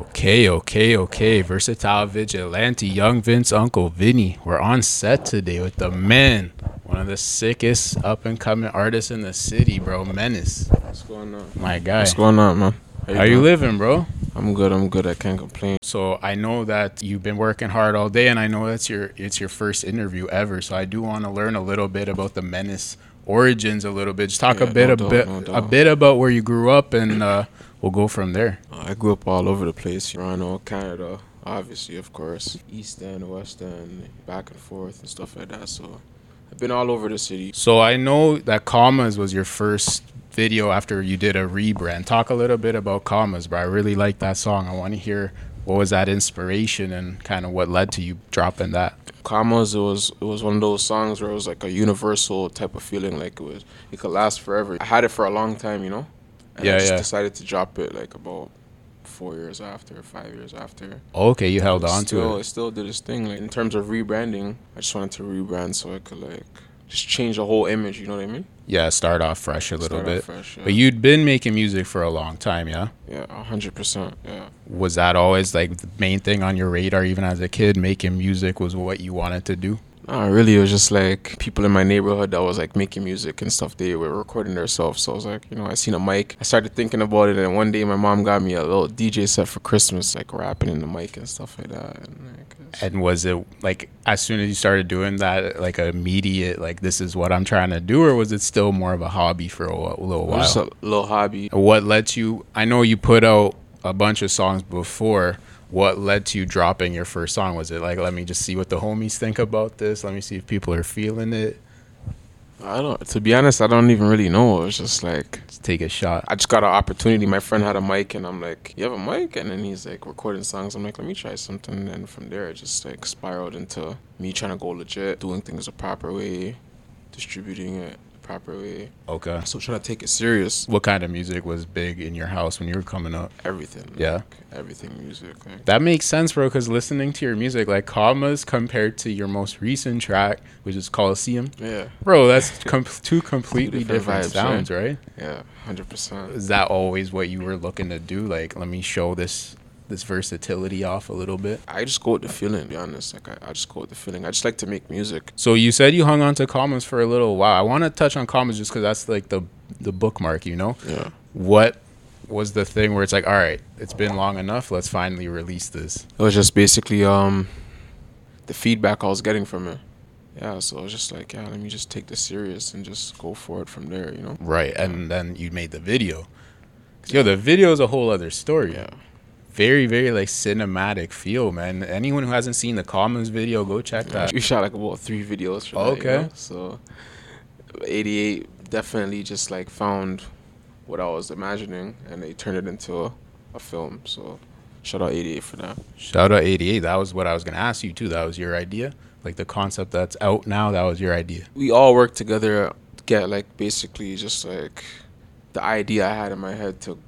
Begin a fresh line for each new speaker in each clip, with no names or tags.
Okay, okay, okay. Versatile Vigilante, Young Vince, Uncle Vinny. We're on set today with the men. One of the sickest up and coming artists in the city, bro. Menace.
What's going on?
My guy.
What's going on, man?
How you
doing?
living, bro?
I'm good. I'm good. I can't complain.
So I know that you've been working hard all day, and I know that's your it's your first interview ever. So I do want to learn a little bit about the Menace origins, a little bit. Just talk
Yeah,
a bit,
no
a
doubt,
bit,
no
a
doubt.
bit about where you grew up, and uh, we'll go from there.
Uh, I grew up all over the place. Toronto, Canada, obviously, of course. East End, West End, back and forth and stuff like that. So I've been all over the city.
So I know that Commas was your first video after you did a rebrand. Talk a little bit about Commas, bro. I really like that song. I want to hear what was that inspiration and kind of what led to you dropping that.
Commas, it was it was one of those songs where it was like a universal type of feeling. Like it was, it could last forever. I had it for a long time, you know. And
Yeah,
I just
yeah.
decided to drop it like about four years after, five years after.
Okay, you held on
still,
to it.
it still did its thing. Like in terms of rebranding, I just wanted to rebrand so I could like just change the whole image. You know what I mean?
Yeah, start off fresh a little
Start off
bit.
fresh, yeah.
But you'd been making music for a long time, yeah?
Yeah, a hundred percent. Yeah,
Was that always like the main thing on your radar even as a kid? Making music was what you wanted to do?
nah, really, it was just like people in my neighborhood that was like making music and stuff. They were recording themselves, so I was like, you know, I seen a mic. I started thinking about it, and one day my mom got me a little DJ set for Christmas, like rapping in the mic and stuff like that. And like, it's-
And was it like as soon as you started doing that, like immediate, like this is what I'm trying to do, or was it still more of a hobby for a wh- little
it was
while?
just a little hobby.
what led you? I know you put out a bunch of songs before. What led to you dropping your first song? Was it like, let me just see what the homies think about this? Let me see if people are feeling it.
I don't. To be honest, I don't even really know. It was just like
Let's take a shot.
I just got an opportunity. My friend had a mic, and I'm like, "You have a mic?" And then he's like recording songs. I'm like, "Let me try something." And then from there, it just like spiraled into me trying to go legit, doing things the proper way, distributing it the proper way.
Okay.
So trying to take it serious.
What kind of music was big in your house when you were coming up?
Everything.
Yeah.
like, everything music. Like,
That makes sense, bro, because listening to your music, like commas compared to your most recent track, which is Coliseum,
yeah.
Bro, that's com- two completely
different
different,
vibes,
sounds, right?
Yeah. Hundred percent.
Is that always what you were looking to do? Like, let me show this this versatility off a little bit.
I just go with the feeling. To be honest, like I, I just go with the feeling. I just like to make music.
So you said you hung on to commas for a little while. I want to touch on commas just because that's like the the bookmark, you know.
Yeah.
What was the thing where it's like, all right, it's been long enough. Let's finally release this.
It was just basically um, the feedback I was getting from it. Yeah, so I was just like, yeah, let me just take this serious and just go for it from there, you know?
Right, and then you made the video. 'Cause, Yo, the video is a whole other story.
Yeah.
Very, very like cinematic feel, man. Anyone who hasn't seen the commas video, go check that.
We shot like about three videos for that. you
Okay.
know? So 88 definitely just like found what I was imagining and they turned it into a, a film. So shout out 88 for that.
Shout out 88. That was what I was going to ask you, too. That was your idea. Like the concept that's out now, that was your idea.
we all worked together to get like basically just like the idea I had in my head to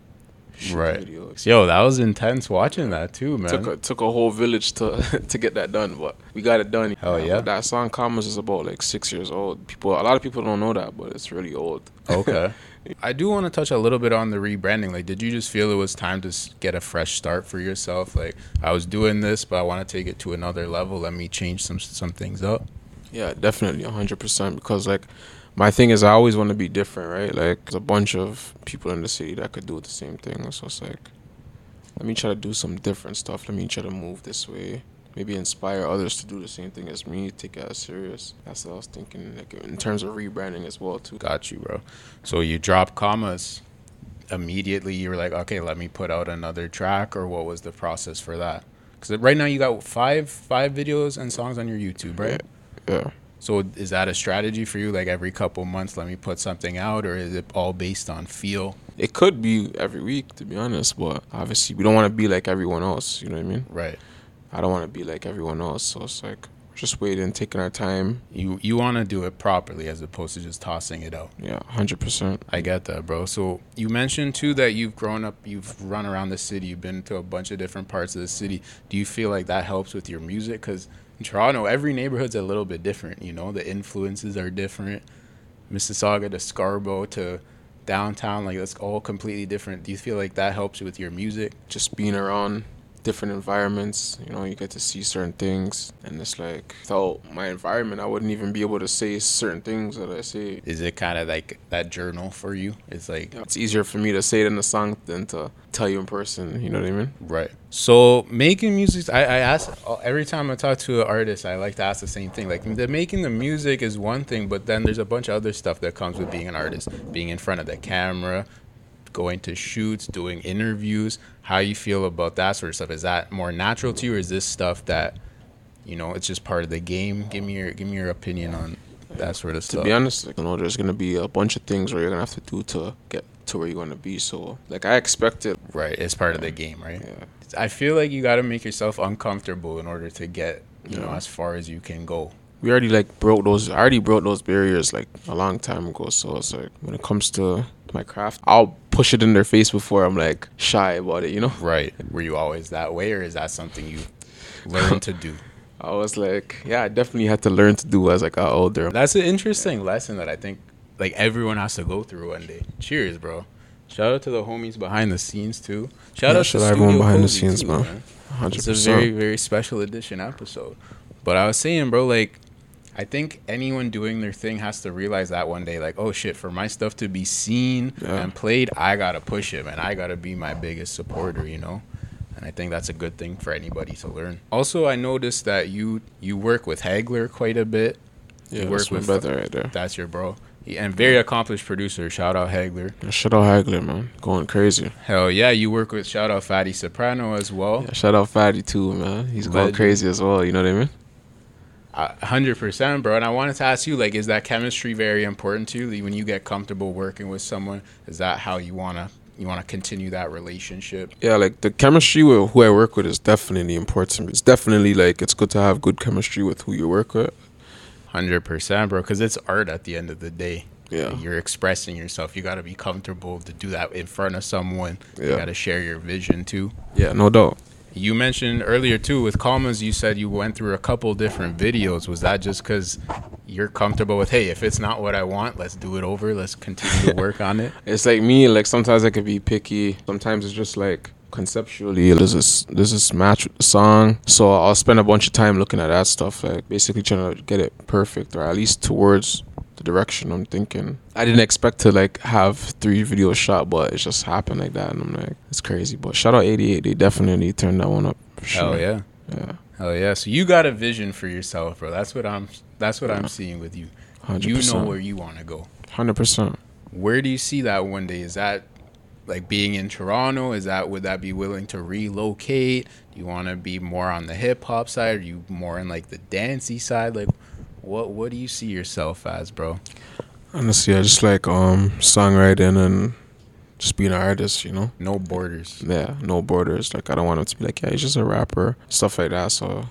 shoot
Right.
the video.
Yo, that was intense watching that, too,
took
man.
a, took a whole village to to get that done, but we got it done.
Hell
Uh,
yeah.
That song "Commas" is about like six years old. People, a lot of people don't know that, but it's really old.
Okay. I do want to touch a little bit on the rebranding. Like, did you just feel it was time to s- get a fresh start for yourself? Like, I was doing this, but I want to take it to another level. Let me change some some things up.
Yeah, definitely, hundred percent. Because like, my thing is, I always want to be different, right? Like, there's a bunch of people in the city that could do the same thing. So it's like, let me try to do some different stuff. Let me try to move this way. Maybe inspire others to do the same thing as me. Take it as serious. That's what I was thinking. Like in terms of rebranding as well too.
Got you, bro. So you drop commas immediately. You were like, okay, let me put out another track, or what was the process for that? Because right now you got five five videos and songs on your YouTube, right?
Yeah.
So is that a strategy for you? Like every couple months, let me put something out, or is it all based on feel?
It could be every week, to be honest, but obviously we don't want to be like everyone else. You know what I mean?
Right.
I don't want to be like everyone else. So it's like we're just waiting, taking our time.
You you want to do it properly as opposed to just tossing it out.
Yeah, hundred percent.
I get that, bro. So you mentioned too that you've grown up, you've run around the city, you've been to a bunch of different parts of the city. Do you feel like that helps with your music? Because in Toronto, every neighborhood's a little bit different. You know, the influences are different. Mississauga to Scarborough to downtown, like that's all completely different. Do you feel like that helps with your music?
Just being around different environments. You know, you get to see certain things, and it's like without my environment, I wouldn't even be able to say certain things that I say.
Is it kind of like that journal for you? It's like
It's easier for me to say it in a song than to tell you in person. You know what I mean?
Right. So making music, I, I ask oh, every time I talk to an artist, I like to ask the same thing. Like the making the music is one thing, but then there's a bunch of other stuff that comes with being an artist, being in front of the camera, going to shoots, doing interviews. How you feel about that sort of stuff? Is that more natural to you, or is this stuff that, you know, it's just part of the game? Give me your give me your opinion on that sort of
To
stuff.
be honest, like, you know, there's gonna be a bunch of things where you're gonna have to do to get to where you want to be. So, like, I expected.
Right. It's part of the game, right?
Yeah.
I feel like you got to make yourself uncomfortable in order to get you know
Yeah.
as far as you can go.
we already like broke those I already broke those barriers like a long time ago. So it's like when it comes to my craft, I'll push it in their face before I'm like shy about it, you know?
Right. Were you always that way, or is that something you learned to do?
I was like, yeah, I definitely had to learn to do as I got older.
That's an interesting lesson that I think like everyone has to go through one day. Cheers, bro. Shout out to the homies behind the scenes too. Shout
Yeah,
out
shout
to
out everyone
Studio
behind the
Cozy,
scenes,
too,
man.
man. It's a
100%.
very very special edition episode. But I was saying, bro, like I think anyone doing their thing has to realize that one day, like, oh shit, for my stuff to be seen
Yeah.
and played, I gotta push it, man. I gotta be my biggest supporter, you know. And I think that's a good thing for anybody to learn. Also, I noticed that you you work with Hagler quite a bit.
yeah,
you work
that's my
with-
brother right there.
That's your bro, and very accomplished producer. Shout out Hagler.
Yeah, Shout out Hagler, man. Going crazy.
Hell yeah, you work with shout out Fatty Soprano as well.
Yeah, shout out Fatty too, man. He's going
Legend.
crazy as well, you know what I mean?
hundred percent, bro. And I wanted to ask you, like, is that chemistry very important to you? Like, When you get comfortable working with someone, is that how you wanna you wanna continue that relationship?
Yeah, like the chemistry with who I work with is definitely important. It's definitely like it's good to have good chemistry with who you work with.
Hundred percent, bro. Because it's art at the end of the day.
Yeah.
You're expressing yourself. You gotta be comfortable to do that in front of someone. You
Yeah.
gotta share your vision too.
Yeah, no doubt.
You mentioned earlier too with commas. You said you went through a couple different videos. Was that just because you're comfortable with, hey, if it's not what I want, let's do it over. Let's continue to work on it.
It's like me, like sometimes I could be picky. Sometimes it's just like conceptually there's this there's this match with the song. So I'll spend a bunch of time looking at that stuff, like basically trying to get it perfect or at least towards the direction I'm thinking. I didn't expect to like have three videos shot, but it just happened like that and I'm like, it's crazy. But shout out eighty eight, they definitely turned that one up for sure.
Oh yeah.
Yeah.
Oh yeah, so you got a vision for yourself, bro. That's what I'm. That's what I'm seeing with you.
Hundred
You know
percent.
where you want to go.
Hundred percent.
Where do you see that one day? Is that like being in Toronto? Is that would that be willing to relocate? Do you want to be more on the hip hop side? Are you more in like the dancey side? Like, what what do you see yourself as, bro?
Honestly, I just like um songwriting and just being an artist, you know?
No borders.
yeah, no borders. Like I don't want him to be like, yeah, he's just a rapper, stuff like that. So,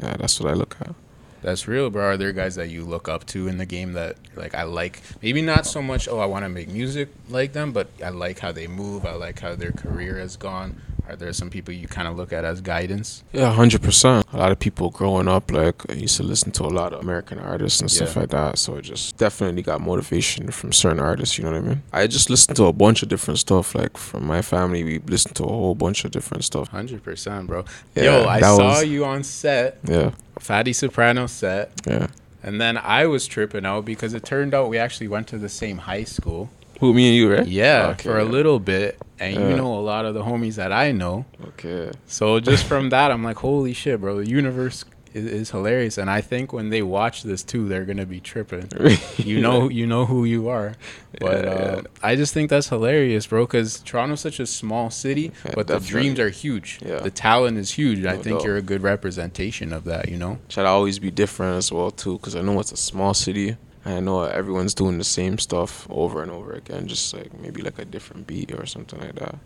yeah, that's what I look at.
That's real, bro. Are there guys that you look up to in the game that like I like? Maybe not so much. Oh, I want to make music like them, but I like how they move. I like how their career has gone. Are there some people you kind of look at as guidance?
Yeah, hundred percent. A lot of people growing up, like I used to listen to a lot of American artists and stuff
Yeah.
like that. So it just definitely got motivation from certain artists. You know what I mean? I just listened to a bunch of different stuff. Like from my family, we listened to a whole bunch of different stuff.
Hundred percent, bro.
Yeah,
Yo, I
that
saw
was-
you on set,
Yeah,
Fatty Soprano set,
yeah.
and then I was tripping out because it turned out we actually went to the same high school.
Who me and you, right?
Yeah,
Okay,
for a
yeah.
little bit, and you
Yeah.
know a lot of the homies that I know.
Okay.
So just from that, I'm like, holy shit, bro! The universe is, is hilarious, and I think when they watch this too, they're gonna be tripping. You know, you know who you are, but
Yeah,
uh,
yeah.
I just think that's hilarious, bro. Because Toronto's such a small city,
Yeah,
but the
definitely.
dreams are huge.
Yeah.
The talent is huge. and I
No
think
doubt.
you're a good representation of that. You know,
try to always be different as well too because i know it's a small city and i know everyone's doing the same stuff over and over again just like maybe like a different beat or something like that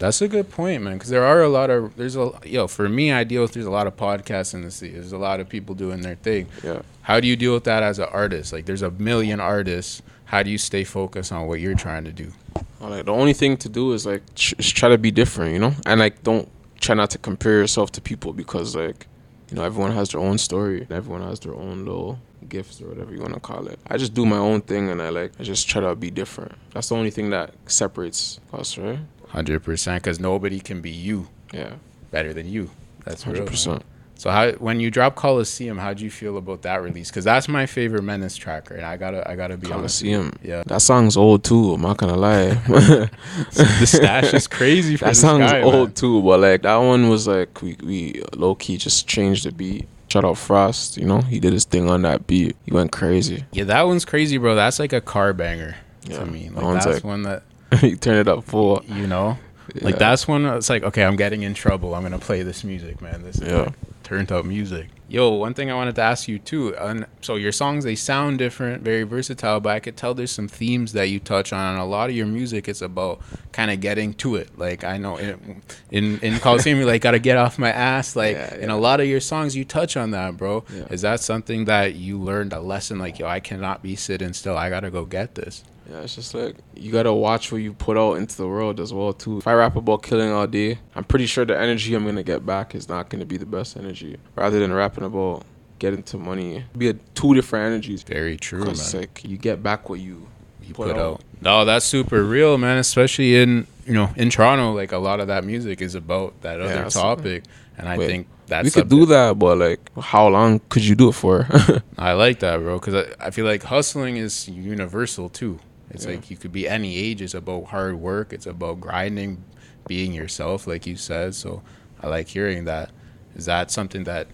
that's a good point, man. Because there are a lot of there's a yo for me, I deal with there's a lot of podcasts in the city. There's a lot of people doing their thing.
yeah
How do you deal with that as an artist? Like, there's a million artists. How do you stay focused on what you're trying to do?
Or, like the only thing to do is like ch- just try to be different you know and like don't try not to compare yourself to people because like you know everyone has their own story and everyone has their own little gifts or whatever you want to call it i just do my own thing and i like i just try to be different that's the only thing that separates us right
Hundred percent, because nobody can be you.
yeah
better than you. That's real.
hundred
man.
percent.
So how when you drop Coliseum, how do you feel about that release? Because that's my favorite Menace track, right? I gotta I gotta be honest.
Coliseum.
Yeah,
That song's old too. I'm not gonna lie.
the stash is crazy for
that
this
song's
guy,
old
man.
too, but like that one was like we we low key just changed the beat. Shout out Frost, you know he did his thing on that beat. He went crazy.
Yeah, that one's crazy, bro. That's like a car banger
Yeah,
to me.
that
Like
one's
that's
like-
one that
he turned it up full.
you know,
Yeah.
like that's one. It's like okay, I'm getting in trouble. I'm gonna play this music, man. This is
Yeah.
like turned up music. Yo, one thing I wanted to ask you too. And so your songs they sound different, very versatile, but I could tell there's some themes that you touch on. And a lot of your music is about kind of getting to it. Like I know in in, in Coliseum, you like gotta get off my ass. Like
Yeah,
in
yeah.
a lot of your songs, you touch on that, bro.
Yeah.
Is that something that you learned a lesson? Like yo, I cannot be sitting still. I gotta go get this.
Yeah, it's just like you gotta watch what you put out into the world as well too. If I rap about killing all day, I'm pretty sure the energy I'm gonna get back is not gonna be the best energy. Rather than rapping about getting to money, be a two different energies.
Very true, man.
Cause it's like you get back what you
you put, out. No, that's super real, man. Especially in you know in Toronto, like a lot of that music is about that other
that's-
topic, and I
Wait,
think that's
we could
something-
do that, but like, how long could you do it for?
I like that, bro, because I, I feel like hustling is universal too. It's
Yeah.
like you could be any age. It's about hard work. It's about grinding, being yourself, like you said. So I like hearing that. Is that something that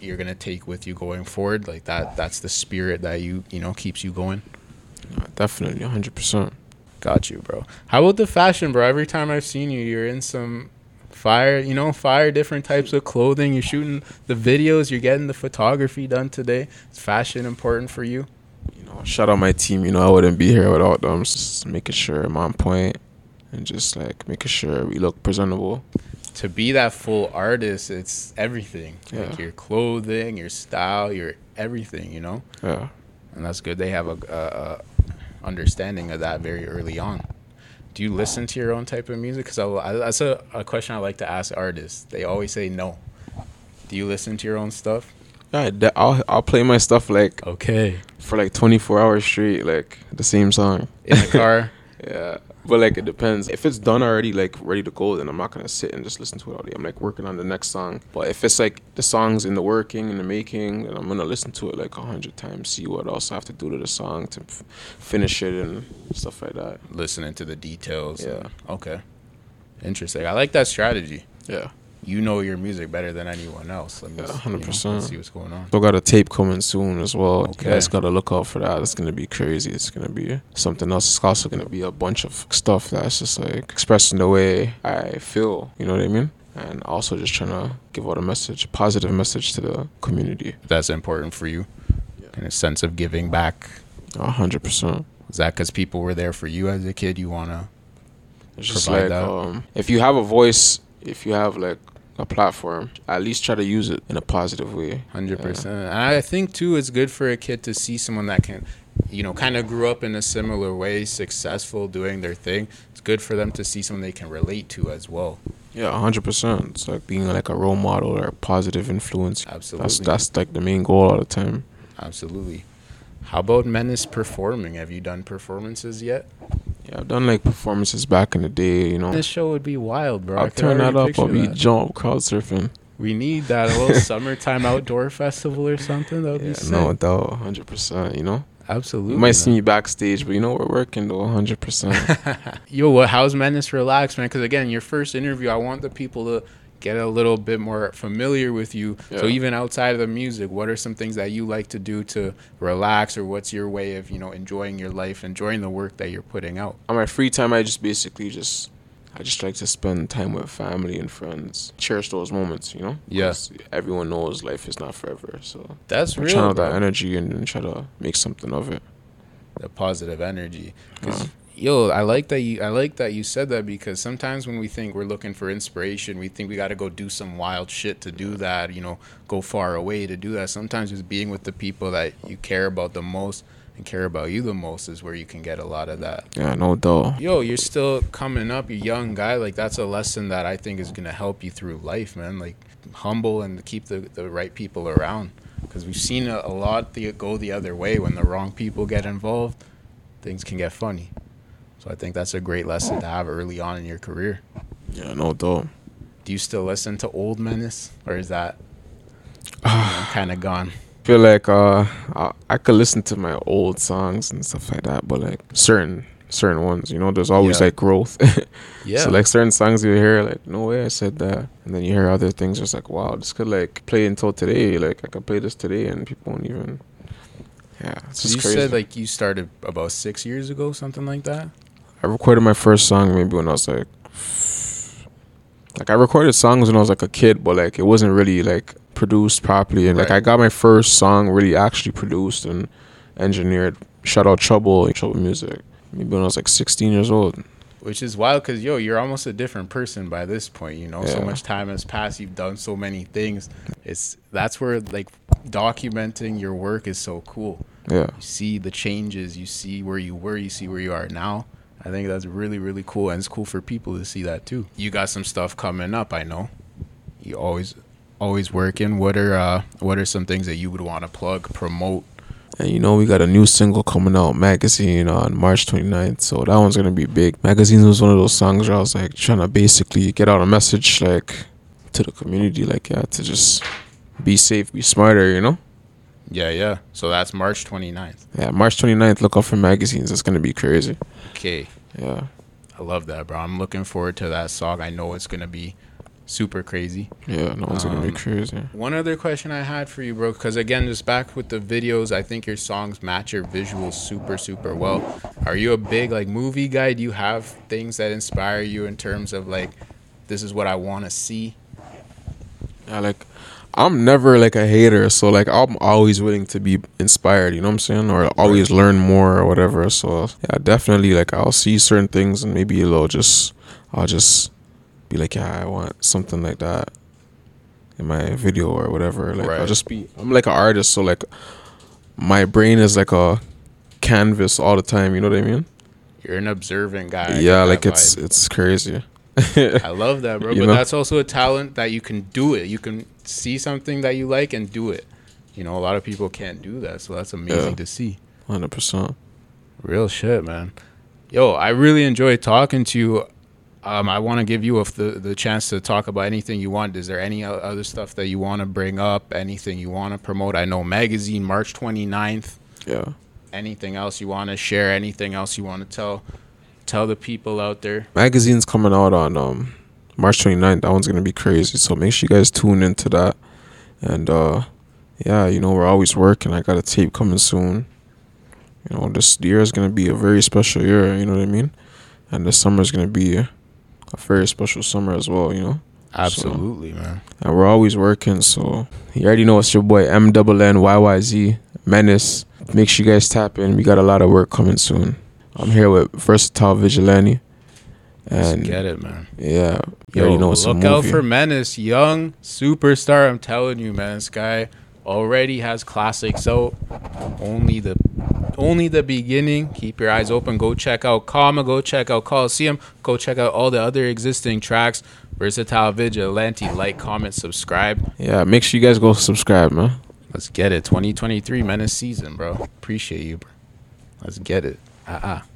you're gonna take with you going forward? Like that? That's the spirit that you you know keeps you going.
Nah, Definitely, 100. percent
Got you, bro. How about the fashion, bro? Every time I've seen you, you're in some fire, you know, fire different types of clothing. You're shooting the videos, you're getting the photography done today. Is fashion important for you?
You know, shout out my team. You know, I wouldn't be here without them. Just making sure I'm on point and just like making sure we look presentable.
To be that full artist, it's everything. Like
Yeah.
your clothing, your style, your everything, you know?
Yeah.
And that's good. They have a, a, a understanding of that very early on. Do you listen to your own type of music? Because I, I, that's a, a question I like to ask artists. They always say no. Do you listen to your own stuff?
Yeah, de- I'll I'll play my stuff like
Okay.
for like 24 hours straight, like the same song.
in the car.
Yeah, but like it depends. If it's done already, like ready to go, then I'm not gonna sit and just listen to it all day. I'm like working on the next song. But if it's like the song's in the working in the making, then I'm gonna listen to it like a hundred times, see what else I have to do to the song to f- finish it and stuff like that.
listening to the details.
Yeah.
Okay. Interesting. I like that strategy.
Yeah,
You know your music better than anyone else. Let me
Yeah,
s- you know,
100%.
see what's going on.
still got a tape coming soon as well.
Okay.
You guys gotta look out for that. It's gonna be crazy. It's gonna be something else. It's also gonna be a bunch of stuff that's just like expressing the way I feel. You know what I mean? And also just trying to give out a message, positive message to the community.
That's important for you
Yeah.
in a sense of giving back.
A hundred percent.
Is that because people were there for you as a kid? You want to.
It's just
Provide
like
that.
um, if you have a voice, if you have like a platform, at least try to use it in a positive way.
Hundred
Yeah.
percent. And I think too, it's good for a kid to see someone that can, you know, kind of grew up in a similar way, successful, doing their thing. It's good for them to see someone they can relate to as well.
Yeah, a hundred percent. It's like being like a role model or a positive influence.
Absolutely.
That's that's like the main goal all the time.
Absolutely. How about Menace performing? Have you done performances yet?
Yeah, I've done like performances back in the day. You know,
This show would be wild, bro. I
I'll
could
turn that
already
up. I'll
picture
be
that.
jump crowd surfing.
We need that a little summertime outdoor festival or something. That would
Yeah,
be sick.
no doubt, a hundred percent. You know,
Absolutely.
you might see
man.
me backstage, but you know we're working though, a hundred percent.
Yo, what? How's Menace Relax, man? Because again, your first interview, I want the people to get a little bit more familiar with you. So
Yeah.
even outside of the music, what are some things that you like to do to relax, or what's your way of you know enjoying your life, enjoying the work that you're putting out?
on my free time, I just basically just I just like to spend time with family and friends. Cherish those moments, you know.
Yeah.
'Cause Everyone knows life is not forever, so
That's
I'm
real.
trying out
bro.
that energy and, and try to make something of it.
the positive energy. 'Cause, yo, I like that you. I like that you said that because sometimes when we think we're looking for inspiration, we think we got to go do some wild shit to do that. You know, go far away to do that. Sometimes just being with the people that you care about the most and care about you the most is where you can get a lot of that
Yeah, no doubt.
yo, you're still coming up, you're a young guy. Like that's a lesson that I think is gonna help you through life, man. Like humble and keep the, the right people around. Because we've seen a, a lot the, go the other way when the wrong people get involved, things can get funny. So I think that's a great lesson to have early on in your career.
Yeah, no doubt.
Do you still listen to old Menace, or is that kind of gone?
feel like uh I, I could listen to my old songs and stuff like that, but like certain certain ones, you know, there's always
Yeah.
like growth.
Yeah.
So like certain songs you hear like no way I said that, and then you hear other things just like wow this could like play until today, like I could play this today and people won't even. Yeah, it's
So
just
you
crazy.
said like you started about six years ago, something like that.
I recorded my first song maybe when I was like, like I recorded songs when I was like a kid, but like it wasn't really like produced properly. And like
Right.
I got my first song really actually produced and engineered. Shout out Trouble, Trouble Music. Maybe when I was like 16 years old.
Which is wild because, yo, you're almost a different person by this point. You know, so
Yeah.
much time has passed. You've done so many things. It's that's where like documenting your work is so cool.
Yeah,
You see the changes, you see where you were, you see where you are now. I think that's really, really cool. And it's cool for people to see that too. You got some stuff coming up, I know. You always, always working. What are, uh, what are some things that you would want to plug, promote?
and you know we got a new single coming out, Magazine, on March 29th. So that one's gonna be big. Magazine was one of those songs where I was like trying to basically get out a message like to the community, like yeah, to just be safe, be smarter, you know.
Yeah, yeah. So that's March 29th.
Yeah, March 29th, look out for magazines. It's going to be crazy.
Okay.
Yeah.
I love that, bro. I'm looking forward to that song. I know it's going to be super crazy.
Yeah, no one's going to
Um,
be crazy.
One other question I had for you, bro, because again, just back with the videos, I think your songs match your visuals super, super well. Are you a big like movie guy? Do you have things that inspire you in terms of like, this is what I want to see?
Yeah, like, I'm never like a hater. So, like, I'm always willing to be inspired, you know what I'm saying? Or always learn more or whatever. So, yeah, definitely, like, I'll see certain things and maybe it'll just, I'll just be like, yeah, I want something like that in my video or whatever. Like, I'll
Right.
just be, I'm like an artist. So, like, my brain is like a canvas all the time, you know what I mean?
You're an observant guy. I get
yeah,
that
like, it's,
vibe.
it's crazy.
I love that, bro.
you
But
know?
that's also a talent that you can do it. You can see something that you like and do it. You know, a lot of people can't do that, so that's amazing
Yeah.
to see.
Hundred percent.
Real shit, man. Yo, I really enjoy talking to you. Um, I want to give you a, the the chance to talk about anything you want. Is there any o- other stuff that you want to bring up? Anything you want to promote? I know magazine March 29th.
Yeah.
Anything else you want to share? Anything else you want to tell? Tell the people out there.
Magazine's coming out on um March 29th. That one's gonna be crazy. So make sure you guys tune into that. And uh yeah, you know we're always working. I got a tape coming soon. You know this year is gonna be a very special year. You know what I mean? And the summer is gonna be a, a very special summer as well. You know. Absolutely,
man.
And we're always working. So you already know it's your boy M double N Y Y Z Menace. Make sure you guys tap in. We got a lot of work coming soon. I'm here with Versatile Vigilante.
Let's
And
get it, man.
yeah, you
Yo,
already know it's a
look
movie.
out for Menace, young superstar. I'm telling you, man, this guy already has classics out. Only the, only the beginning. Keep your eyes open. Go check out Karma. Go check out Coliseum. Go check out all the other existing tracks. Versatile Vigilante. Like, comment, subscribe.
yeah, make sure you guys go subscribe, man.
Let's get it. 2023 Menace season, bro. Appreciate you, bro. Let's get it. Ah ah.